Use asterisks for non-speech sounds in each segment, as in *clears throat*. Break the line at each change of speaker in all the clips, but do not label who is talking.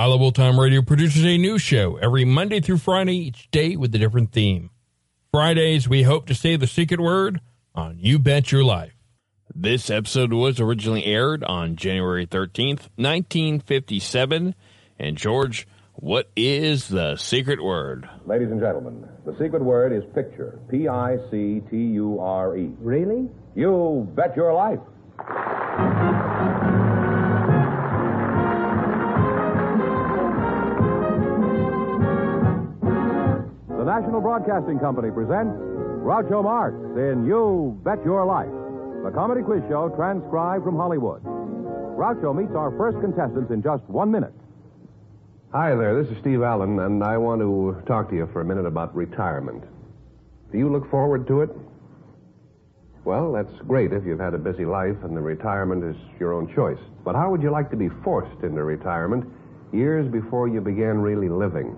I Love Old Time Radio produces a new show every Monday through Friday, each day with a different theme. Fridays, we hope to say the secret word on You Bet Your Life. This episode was originally aired on January 13th, 1957. And, George, what is the secret word?
Ladies and gentlemen, the secret word is picture. P I C T U R E.
Really?
You bet your life. The National Broadcasting Company presents Groucho Marx in You Bet Your Life, the comedy quiz show transcribed from Hollywood. Groucho meets our first contestants in just one minute. Hi there, this is Steve Allen, and I want to talk to you for a minute about retirement. Do you look forward to it? Well, that's great if you've had a busy life and the retirement is your own choice. But how would you like to be forced into retirement years before you began really living?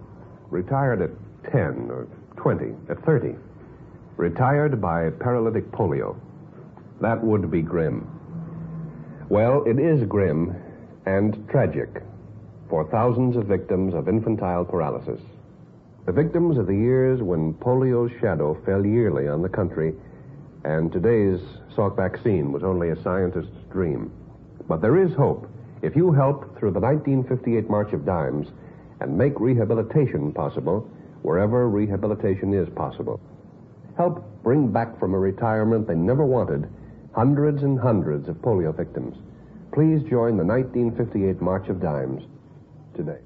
Retired at 10 or 20, at 30. Retired by paralytic polio. That would be grim. Well, it is grim and tragic for thousands of victims of infantile paralysis. The victims of the years when polio's shadow fell yearly on the country, and today's Salk vaccine was only a scientist's dream. But there is hope if you help through the 1958 March of Dimes and make rehabilitation possible wherever rehabilitation is possible. Help bring back from a retirement they never wanted hundreds and hundreds of polio victims. Please join the 1958 March of Dimes today.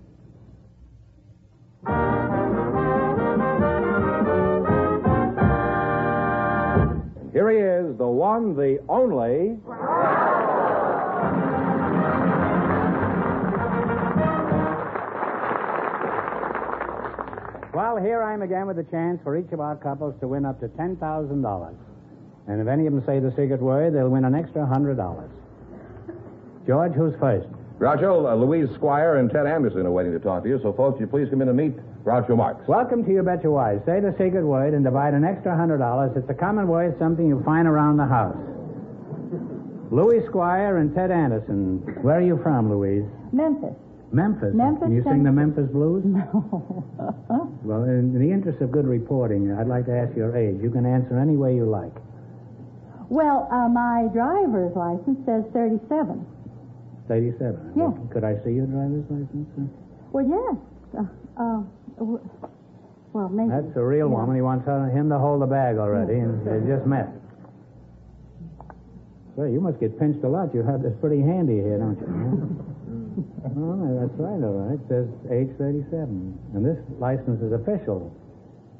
And here he is, the one, the only.
Well, here I am again with a chance for each of our couples to win up to $10,000. And if any of them say the secret word, they'll win an extra $100. George, who's first?
Groucho, uh, Louise Squire, and Ted Anderson are waiting to talk to you, so folks, you please come in and meet Groucho Marx.
Welcome to You Bet Your Wives. Say the secret word and divide an extra $100. It's a common word, something you find around the house. Louis Squire and Ted Anderson. Where are you from, Louise?
Memphis.
Memphis.
Memphis,
Can you sing the Memphis blues?
No.
*laughs* Well, in the interest of good reporting, I'd like to ask your age. You can answer any way you like.
well, uh, my driver's license says 37.
37.
Yeah.
Well, Could I see your driver's license? sir?
Well, yes. Uh, uh, w- well, maybe.
That's a real woman. He wants her, him to hold the bag already, and they just met. Well, you must get pinched a lot. You have this pretty handy here, don't you? oh, that's right, all right. It says age 37. And this license is official.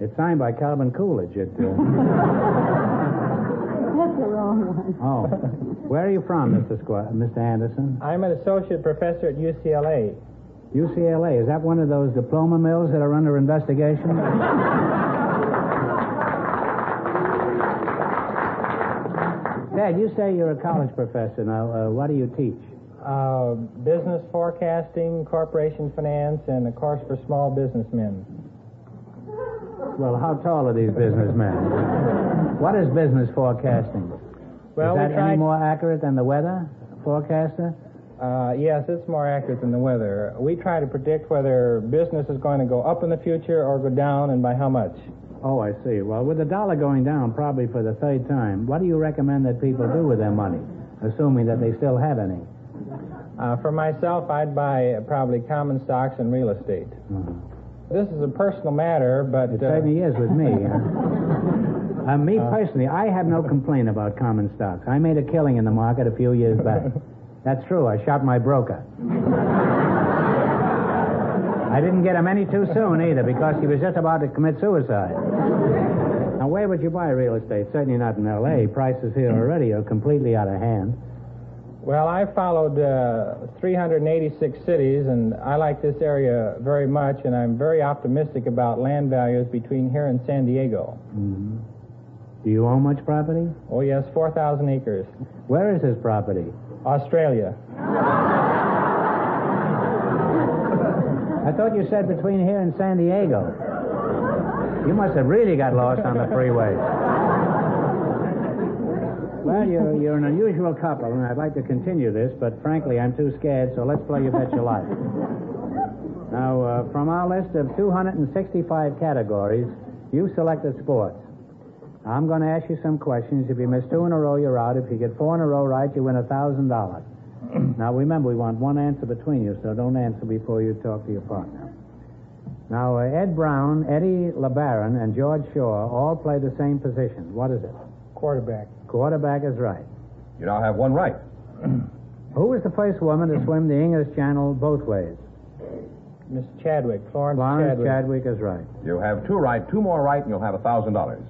It's signed by Calvin Coolidge. It, uh...
That's the wrong one.
oh. Where are you from, Mr. Squ- Mr. Anderson?
I'm an associate professor at UCLA.
UCLA. Is that one of those diploma mills that are under
*laughs*
investigation? Dad, you say you're a college professor. Now, uh, what do you teach?
Uh, business forecasting, corporation finance, and a course for small businessmen.
Well, how tall are
*laughs*
these businessmen? what is business forecasting?
Well,
is that
we tried.
any more accurate than the weather forecaster?
Uh, yes, it's more accurate than the weather. We try to predict whether business is going to go up in the future or go down, and by how much.
Oh, I see. Well, with the dollar going down probably for the third time, what do you recommend that people do with their money, assuming that they still have any?
Uh, for myself, I'd buy uh, probably common stocks and real estate. This is a personal matter, but
Mm-hmm. It
uh,
certainly is with me. Uh, me personally, I have no complaint about common stocks. I made a killing in the market a few years back. That's true. I shot my broker. I didn't get him any too soon either because he was just about to commit suicide. Now, where would you buy real estate? Certainly not in L.A. Prices here already are completely out of hand.
well, I followed uh, 386 cities, and I like this area very much, and I'm very optimistic about land values between here and San Diego.
Do you own much property?
Oh yes, 4,000 acres,
Where is his property?
Australia.
I thought you said between here and San Diego. You must have really got lost on the freeway. Well, you're, you're an unusual couple, and I'd like to continue this, but frankly, I'm too scared, so let's play You Bet Your Life. Now, uh, from our list of 265 categories, you selected sports. I'm going to ask you some questions. If you miss two in a row, you're out. If you get four in a row right, you win
*clears throat*
a $1,000. Now, remember, we want one answer between you, so don't answer before you talk to your partner. Now, uh, Ed Brown, Eddie LeBaron, and George Shaw all play the same position. What is it?
Quarterback.
Quarterback is right.
You now have one right.
Who was the first woman to swim the English Channel both ways?
Miss Chadwick, Florence,
Florence
Chadwick.
Chadwick is right.
You have two right, two more right, and you'll have a thousand dollars.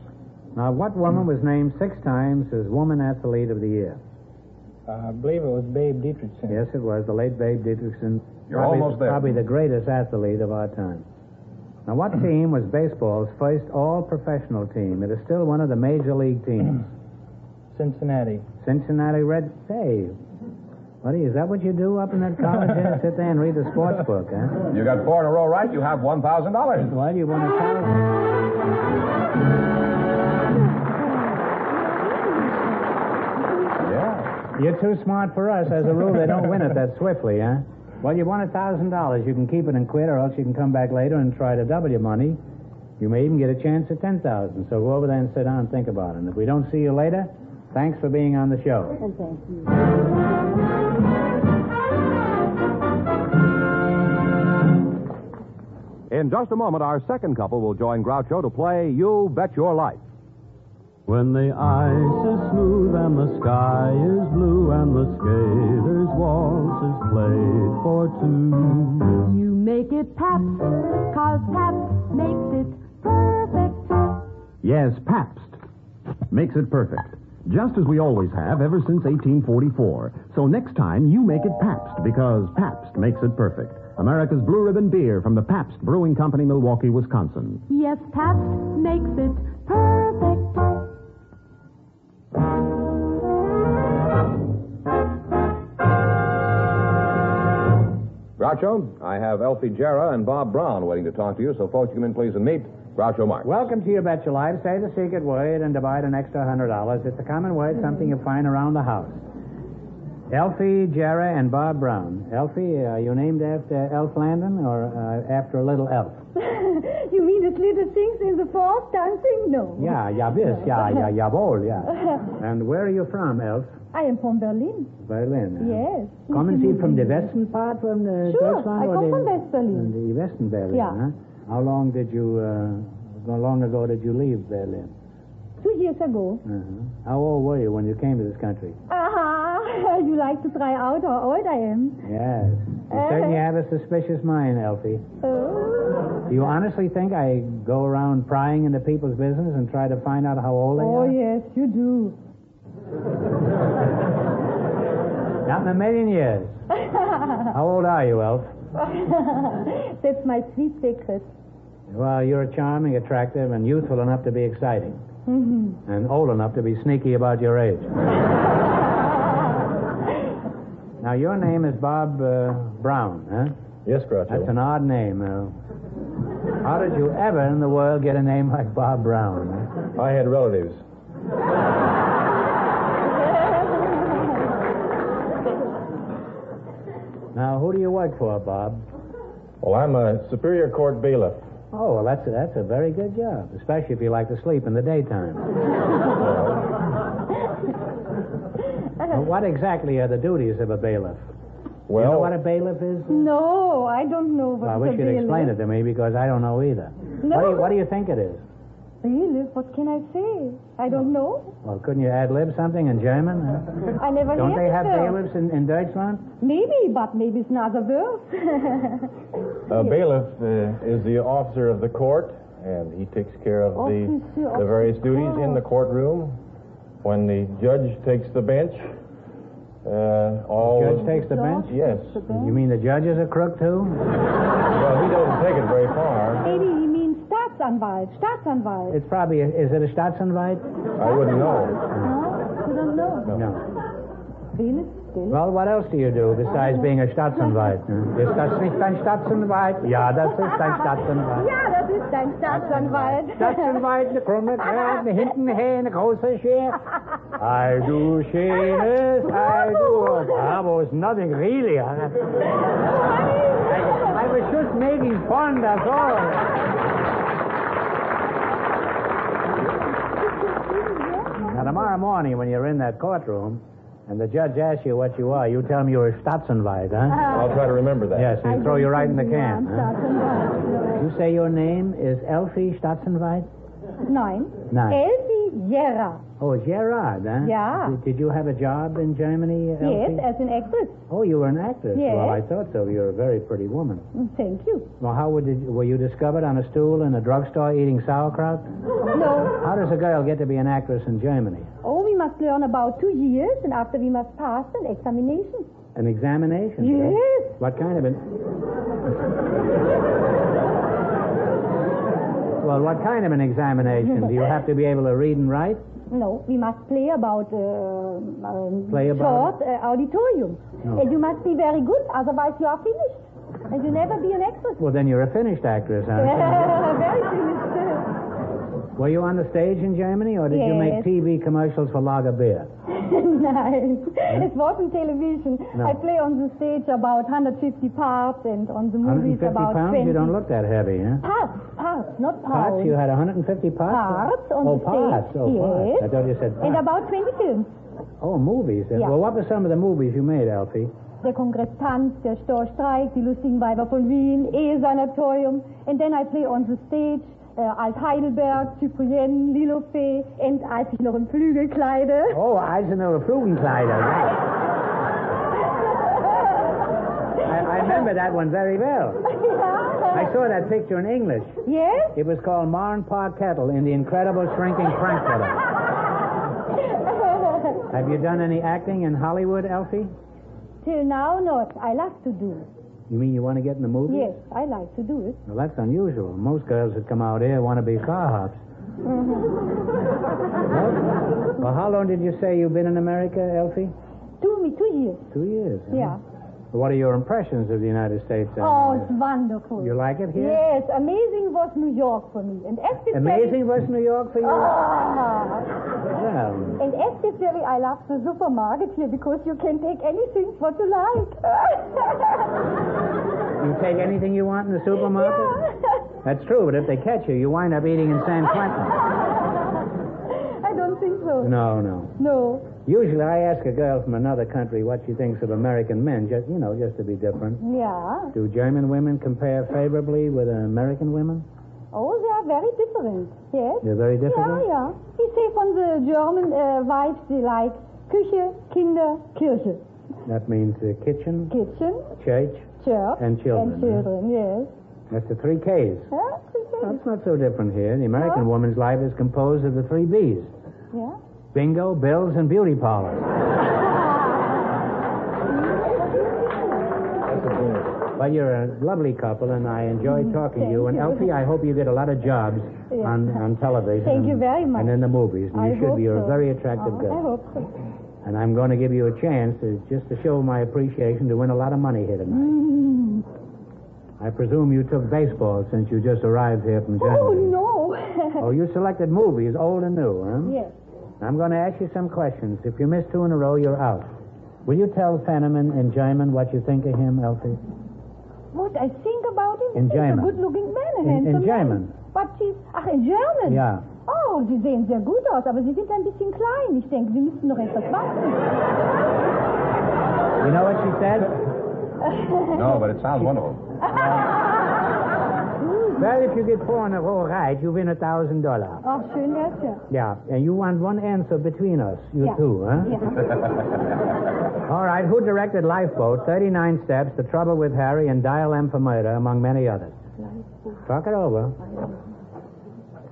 Now, what woman was named six times as Woman Athlete of the Year?
Uh, I believe it was Babe Dietrichson.
Yes, it was the late Babe Dietrichson.
You're
probably,
almost there.
Probably the greatest athlete of our time. Now, what team was baseball's first all-professional team? It is still one of the major league teams.
Cincinnati.
Cincinnati Red. Hey, what is that? What you do up in that college? there? Sit there and read the sports book, huh?
You got four in a row right, you have one thousand dollars.
Well, you want to college?
Yeah.
You're too smart for us. As a rule, they don't win it that swiftly, huh? Well, you won a thousand dollars. You can keep it and quit, or else you can come back later and try to double your money. You may even get a chance at ten thousand. So go over there and sit down and think about it. And if we don't see you later, thanks for being on the show.
And thank you.
In just a moment, our second couple will join Groucho to play You Bet Your Life.
When the ice is smooth and the sky is blue and the skater's waltz is played for two.
You make it pap, cause pap makes it perfect.
Yes, Pabst makes it perfect. Just as we always have ever since 1844. So next time you make it Pabst because Pabst makes it perfect. America's Blue Ribbon Beer from the Pabst Brewing Company, Milwaukee, Wisconsin.
Yes, pap makes it perfect.
Groucho, I have Elfie Jarrah and Bob Brown waiting to talk to you, so folks, you come in, please, and meet Groucho Marx.
Welcome to your bet your life. Say the secret word and divide an extra hundred dollars. It's a common word,
Mm-hmm.
something you find around the house. Elfie, Jarrah, and Bob Brown. Elfie, are you named after Elf Landon or uh, after a little elf?
*laughs* you mean this little things in the forest dancing? No.
Yeah, yeah, yes, yeah, yeah, Uh, yeah, wohl, yeah. And where are you from, Elf?
I am from Berlin.
Berlin. huh?
Yes.
Coming Sie from the western part, from the
Mm-hmm. Sure,
Deutschland?
I
or
come
the,
from West Berlin.
The western Berlin,
Yeah.
huh? How long did you, uh, how long ago did you leave Berlin? Mm.
Two years ago.
Uh-huh. How old were you when you came to this country?
Ah, *laughs* you like to try out how old I am?
Yes. You
Uh-huh.
certainly have a suspicious mind, Elfie.
Oh,
Do you honestly think I go around prying into people's business and try to find out how old they
oh
are?
yes, you do.
Not in a million years. how old are you, Elf?
That's my sweet secret.
Well, you're charming, attractive, and youthful enough to be exciting. And old enough to be sneaky about your age. now, your name is Bob uh, Brown, huh?
Yes, Groucho.
That's an odd name. Uh, How did you ever in the world get a name like Bob Brown?
I had relatives.
Now, who do you work for, Bob?
Well, I'm a Superior Court bailiff.
Oh, well, that's a, that's a very good job, especially if you like to sleep in the daytime. Well, what exactly are the duties of a bailiff?
Well,
you know what a bailiff is?
No, I don't know what
Well, I wish
the
you'd
bailiff.
explain it to me because I don't know either.
No.
What, do you, what do you think it is?
Bailiff, what can I say? I don't know.
Well, couldn't you ad lib something in German? huh?
I never
Don't
heard
they
the
have
term.
bailiffs in, in Deutschland?
Maybe, but maybe it's another verse. *laughs*
a bailiff uh, is the officer of the court, and he takes care of the,
Officer of
the various
the
duties in
court.
the courtroom. When the judge takes the bench, uh,
Oh.
all.
Judge takes the bench?
Yes.
You mean the judge is a crook, too?
Well, he doesn't take it very far.
maybe he means Staatsanwalt. Staatsanwalt.
It's probably, is it a Staatsanwalt?
I wouldn't know.
Huh? You don't know.
No.
Bailiff, bailiff.
Well, what else do you do besides being a Staatsanwalt? huh? Ist das nicht ein Staatsanwalt? Ja, das ist ein Staatsanwalt.
Ja, das ist ein Staatsanwalt. *laughs*
Staatsanwalt, eine krumme Kleine, hinten her, eine große Schere. Ei, du schönes, ei, du. Bravo is nothing really. huh? I was just making fun, that's all. Now, tomorrow morning, when you're in that courtroom and the judge asks you what you are, you tell him you're a Staatsanwalt, huh?
I'll try to remember that.
Yes, he throw you right in the can. huh?
Staatsanwalt.
You say your name is Elfie Staatsanwalt?
Nein.
Nein.
Elsie Jera.
Oh, Gerard, huh?
Yeah.
Did, did you have a job in Germany,
Yes,
Elfie?
as an actress.
Oh, you were an actress.
Yes.
Well, I thought so. You're a very pretty woman.
Mm, Thank you.
Well, how would, did, were you discovered on a stool in a drugstore eating sauerkraut?
No.
How does a girl get to be an actress in Germany?
Oh, we must learn about two years, and after we must pass an examination.
An examination? huh?
Yes.
What kind of an? well, what kind of an examination? Do you have to be able to read and write?
No, we must play about uh, um,
Play about-
short uh, auditorium. And you must be very good, otherwise you are finished. And you never be an actress.
*laughs* Well, then you're a finished actress, huh?
very *laughs* finished.
Were you on the stage in Germany, or did you make
Yes.
TV commercials for lager beer?
nice. It wasn't television.
Hmm? No.
I play on the stage about 150 parts and on the movies
150
about
pounds?
20.
You don't look that heavy, huh?
Parts, parts, not
Parts?
pounds.
You had 150 parts?
Parts on
oh,
the
parts.
stage.
Oh, parts.
Yes.
I thought you said parts.
And about 20 films.
oh, movies.
Yeah.
Well, what were some of the movies you made, Alfie?
Der Kongress tanzt, der Storch streikt, die lustigen Weiber von Wien, eh Ehesanatorium. And then I play on the stage uh, Alt Heidelberg, Cyprien, Lilofee and als ich noch im Flügel kleide.
Oh, Eisenhower Flugenkleider. I, I remember that one very well. I saw that picture in English.
yes? *laughs*
It was called Marn Park Kettle in The Incredible Shrinking Frankfurter. Have you done any acting in Hollywood, Alfie?
Till now not. I love to do.
You mean you want to get in the movies?
Yes, I like to do it.
Well, that's unusual. Most girls that come out here want to be car hops. Mhm. well, well, how long did you say you've been in America, Elfie?
*laughs* Two me two years.
Two years. huh?
Yeah.
What are your impressions of the United States? then?
Oh, it's wonderful.
You like it here?
Yes, amazing was New York for me. And especially...
Amazing was New York for you?
Oh. Ah.
Well,
And especially I love the supermarket here because you can take anything what you like. *laughs*
you take anything you want in the supermarket?
Yeah.
That's true, but if they catch you, you wind up eating in San Quentin.
*laughs* I don't think so.
No, no.
No.
Usually I ask a girl from another country what she thinks of American men, just, you know, just to be different.
Yeah.
Do German women compare favorably with American women?
Oh, they are very different. Yes.
They're very
Yeah,
different?
yeah. We say from the German uh, wives they like Küche, Kinder, Kirche.
That means the kitchen,
Kitchen,
church,
church,
And children,
And
huh?
children, yes.
that's the three K's.
Huh? It's very-
That's not so different here. The American
No?
woman's life is composed of the three B's
Yeah.
bingo, bills, and beauty parlors.
That's a genius.
Well, you're a lovely couple, and I enjoyed talking to you.
Mm, thank
And
you.
Elfie, I hope you get a lot of jobs
Yeah.
on, on television.
Thank you
and-
very much.
And in the movies. And
I
you should
hope
be. You're a
so. Oh,
very
Oh,
attractive
I
girl. *laughs*
hope so.
And I'm going to give
Mm.
you a chance to, just to show my appreciation to win a lot of money here tonight. I presume you took baseball since you just arrived here from Germany.
Oh, no. *laughs*
Oh, you selected movies, old and new, huh?
Yes.
I'm going to ask you some questions. If you miss two in a row, you're out. Will you tell Fenneman in German what you think of him, Elsie?
What I think about him?
In
He's a
German.
good-looking man,
In-
ein
in
handsome
German.
Man. But he's, ach, in German?
Ja.
Oh, Sie sehen sehr gut aus, aber Sie sind ein bisschen klein. Ich denke, Sie müssten noch etwas wachsen.
You know what she said?
No, but it sounds wonderful.
*laughs* Well, if you get four in a row right, you win a thousand dollars.
Ach, schön wär's ja.
Yeah, and you want one answer between us, you
Yeah.
two, huh? *laughs* All right, who directed Lifeboat, 39 Steps, The Trouble with Harry, and Dial M for Murder, among many others? Talk it over.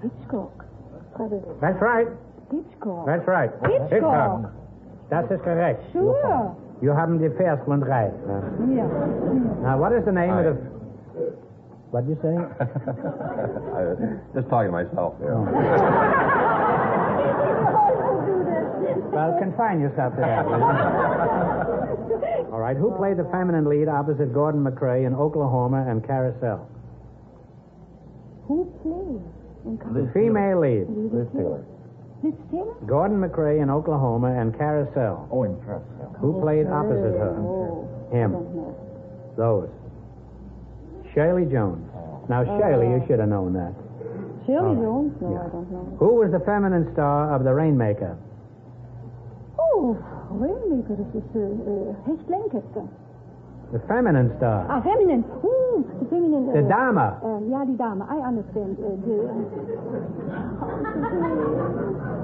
Hitchcock. Probably.
That's right.
Hitchcock.
That's right.
Hitchcock.
That is correct.
Sure.
You haben die first one right. Uh,
Ja. *laughs*
Now, what is the name of the... What'd you say?
I, uh, just talking to myself there.
Well, confine yourself to that. will you? *laughs* All right, who played the feminine lead opposite Gordon McRae in Oklahoma and Carousel?
Who plays? in
The female lead.
Liz Taylor. Liz Taylor?
Gordon McRae in Oklahoma and Carousel.
Oh, in Carousel.
Who played opposite her?
Oh, I
Him.
don't know.
Those. Shirley Jones. Now, Shirley, you should have known that. Ah,
Shirley Jones? No, I don't know.
Who was the feminine star of The Rainmaker?
Oh, Rainmaker, das ist äh, äh, Hecht Lancaster.
The feminine star.
Ah, Feminine. Hm, die Feminine.
The
äh,
Dame.
ähm, ja, die Dame. I understand. Äh, die,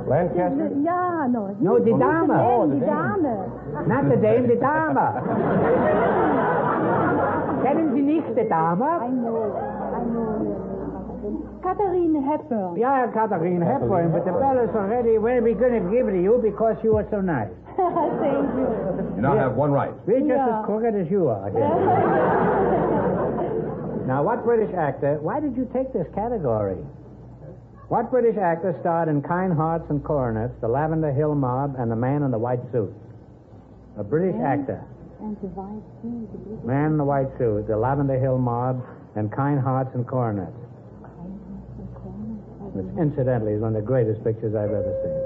Lancaster?
ja, nou, no. die-
No, die
die
Dame.
Dame,
Oh,
die Dame.
Not the dame, the *laughs* Dame. Kennen Sie nicht the
I
Dame?
know. I know. yeah. Katharine Hepburn.
Yeah, Katharine Hepburn, but the bell is already well, we're going to give it to you because you were so nice.
*laughs* Thank you.
You now have one right.
We're just
Yeah.
as crooked as you are
*laughs*
here. Now, what British actor? Why did you take this category? What British actor starred in Kind Hearts and Coronets, The Lavender Hill Mob, and The Man in the White Suit? A British actor.
And the white thing, the blue
Man in the White Suit, The Lavender Hill Mob, and Kind Hearts and Coronets. Which, incidentally, is one of the greatest pictures I've ever seen.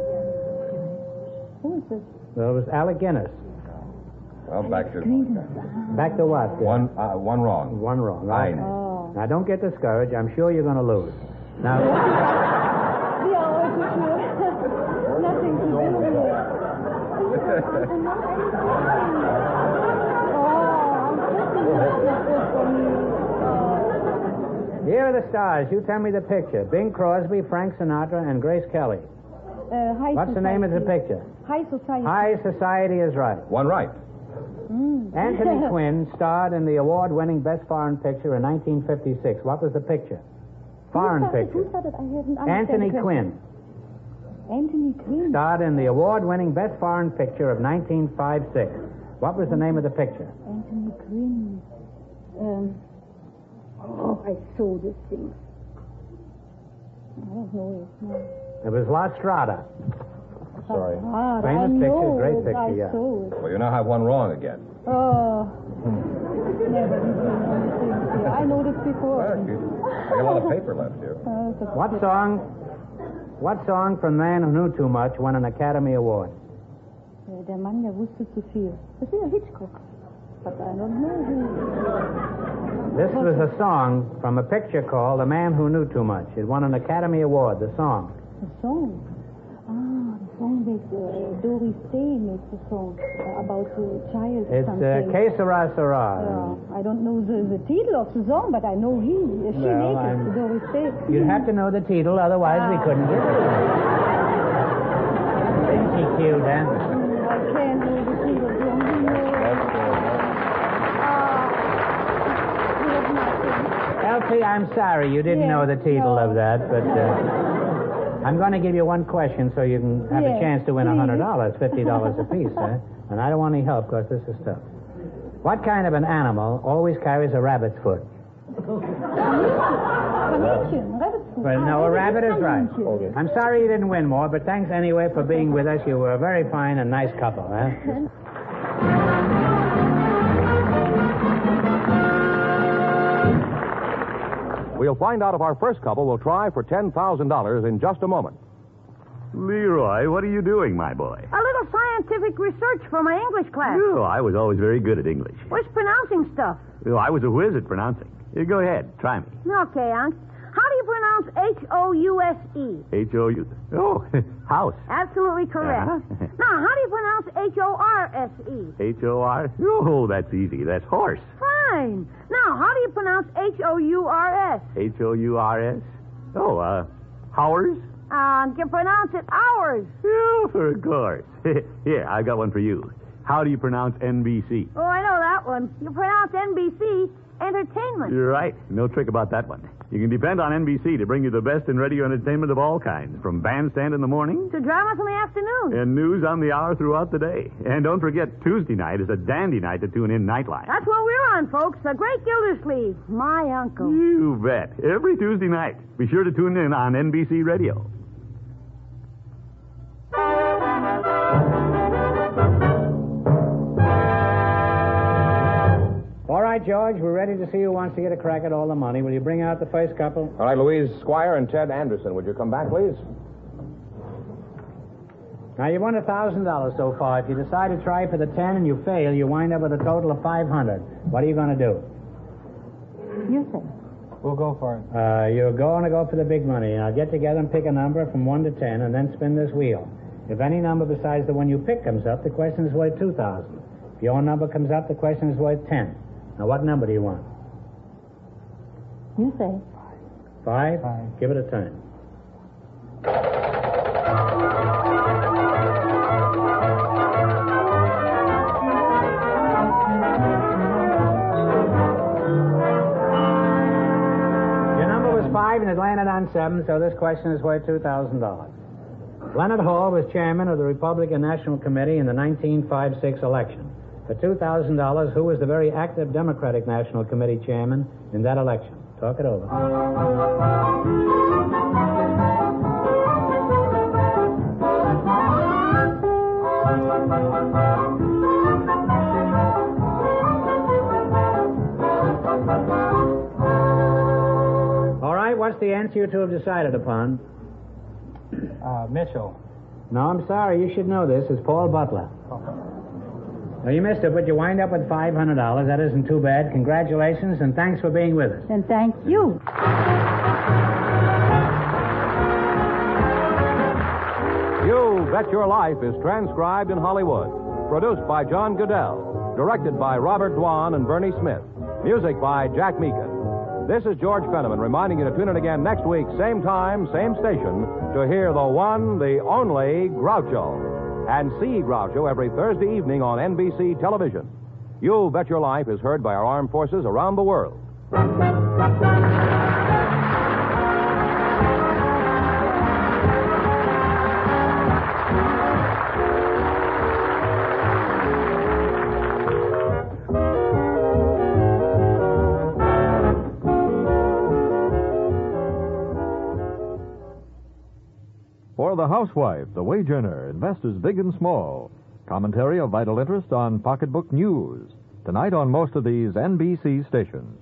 Who is this?
Well, it was Alec Guinness.
Well, back to the
Back to what? dear?
one, uh, one wrong.
One wrong.
Nine.
Oh.
Now, don't get discouraged. I'm sure you're going to lose. Now,
Ja, das ist
*laughs*
mir- Nothing to do
*laughs*
with it.
Oh,
here are the stars. You tell me the picture. Bing Crosby, Frank Sinatra, and Grace Kelly.
Äh, High
What's the name of the
Society.
picture?
High Society.
High Society is right.
One right.
Anthony Quinn starred in the award winning Best Foreign Picture in 1956. What was the picture? Foreign
Who started- Who
picture.
started? I haven't
Anthony
understand.
Quinn
Anthony Quinn.
starred in the award winning Best Foreign Picture of 1956. What was the name of the picture?
Anthony Quinn. Um, oh, I saw this thing. I don't know it. No.
It was La Strada.
Sorry.
Ah, I
Famous picture,
know
great
it. I
picture, yeah.
saw it.
Well, you now have one wrong again.
Oh,
Never did you know things here. I know this
Well,
before.
you got a lot of paper left here.
Uh,
What song? What song from Man Who Knew Too Much won an Academy Award?
äh, der Mann, der wusste zu viel. Das ist ja Hitchcock. But I don't know who.
This was a song from a picture called The Man Who Knew Too Much. It won an Academy Award, the song.
The song. Ah, the song with uh, Doris Day makes a song uh, about a child.
It's uh,
something.
Que Sera Sera.
Uh, I don't know the, the title of the song, but I know he, uh, she
Well,
makes
I'm-
it. Doris Day.
You'd have to know the title, otherwise we
Ah.
couldn't get it. Isn't she cute, huh?
I can't know the title. Do you know? Ah, we have nothing.
Elsie, I'm sorry you didn't
Yeah,
know the title
no.
of that, but uh, I'm going to give you one question so you can have a
Yeah,
chance to win a
please.
$100, $50 apiece, huh? eh? And I don't want any help because this is tough. What kind of an animal always carries a rabbit's foot?
Kaninchen, rabbit's foot.
Well, no,
Ah,
a rabbit is right.
Kaninchen.
I'm sorry you didn't win more, but thanks anyway for being with us. You were a very fine and nice couple, huh?
We'll find out if our first couple will try for $10,000 in just a moment.
Leroy, what are you doing, my boy?
A little scientific research for my English class.
Oh, I was always very good at English.
What's pronouncing stuff?
Oh, I was a whiz at pronouncing. Here, go ahead, try me.
Okay, Unc. How do you pronounce H O U S E?
H O U. Oh, *laughs* house.
Absolutely correct.
Uh-huh.
Now, how do you pronounce H O R S E?
H O R. Oh, that's easy. That's horse.
Fine. Now, how do you pronounce H O U R S?
H O U R S. Oh, uh, Howers?
Uh, you pronounce it ours.
Oh, of course. *laughs* Here, I got one for you. How do you pronounce NBC?
Oh, I know that one. You pronounce NBC Entertainment.
You're right. No trick about that one. You can depend on NBC to bring you the best in radio entertainment of all kinds, from bandstand in the morning
To dramas in the afternoon.
and news on the hour throughout the day. And don't forget, Tuesday night is a dandy night to tune in nightline.
That's what we're on, folks. The Great Gildersleeve, my uncle.
You bet. Every Tuesday night. Be sure to tune in on NBC Radio.
All right, George, we're ready to see who wants to get a crack at all the money. Will you bring out the first couple?
All right, Louise Squire and Ted Anderson, would you come back, please?
Now, you won a $1,000 so far. If you decide to try for the 10 and you fail, you wind up with a total of 500 What are you going to do?
You say.
We'll go for it.
Uh, you're going to go for the big money. Now, get together and pick a number from 1 to 10 and then spin this wheel. If any number besides the one you pick comes up, the question is worth 2000 If your number comes up, the question is worth 10 Now, what number do you want?
You say.
Five? Five. Give it a turn. Your number was five and it landed on seven, so this question is worth $2,000. Leonard Hall was chairman of the Republican National Committee in the 1956 election. For $2,000, who was the very active Democratic National Committee chairman in that election? Talk it over. All right, what's the answer you two have decided upon?
Uh, Mitchell.
No, I'm sorry. You should know this. It's Paul Butler. Now, you missed it, but you wind up with $500. That isn't too bad. Congratulations, and thanks for being with us.
And thank you.
You Bet Your Life is transcribed in Hollywood. Produced by John Goodell. Directed by Robert Dwan and Bernie Smith. Music by Jack Meekin. This is George Fenneman reminding you to tune in again next week, same time, same station, to hear the one, the only Groucho. And see Groucho every Thursday evening on NBC television. You Bet Your Life is heard by our armed forces around the world.
For the housewife, the wage earner, investors big and small. Commentary of vital interest on Pocketbook News. Tonight on most of these NBC stations.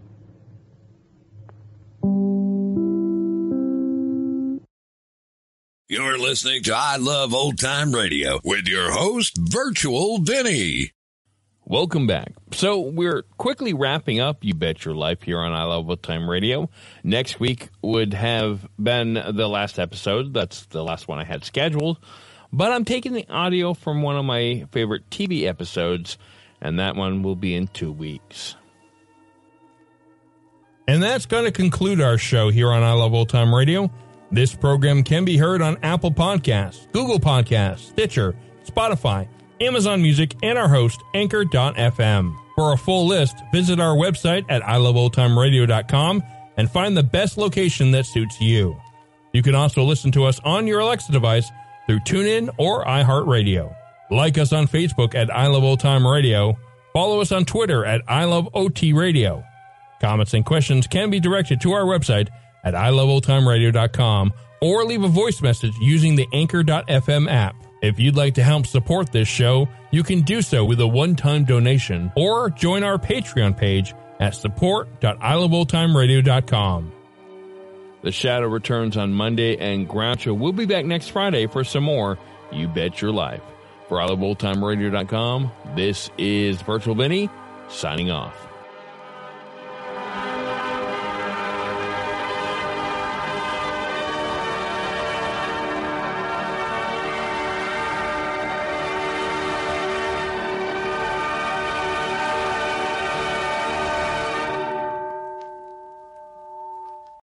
You're listening to I Love Old Time Radio with your host, Virtual Vinny.
Welcome back. So we're quickly wrapping up You Bet Your Life here on I Love Old Time Radio. Next week would have been the last episode. That's the last one I had scheduled. But I'm taking the audio from one of my favorite TV episodes, and that one will be in two weeks. And that's going to conclude our show here on I Love Old Time Radio. This program can be heard on Apple Podcasts, Google Podcasts, Stitcher, Spotify, Amazon Music, and our host, Anchor.fm. For a full list, visit our website at iloveoldtimeradio.com and find the best location that suits you. You can also listen to us on your Alexa device through TuneIn or iHeartRadio. Like us on Facebook at I Love Old Time Radio. Follow us on Twitter at I Love OT Radio. Comments and questions can be directed to our website at iloveoldtimeradio.com or leave a voice message using the anchor.fm app. If you'd like to help support this show, you can do so with a one-time donation or join our Patreon page at support.iloveoldtimeradio.com. The Shadow returns on Monday, and Groucho will be back next Friday for some more You Bet Your Life. For oliveoldtimeradio.com, this is Virtual Vinny signing off.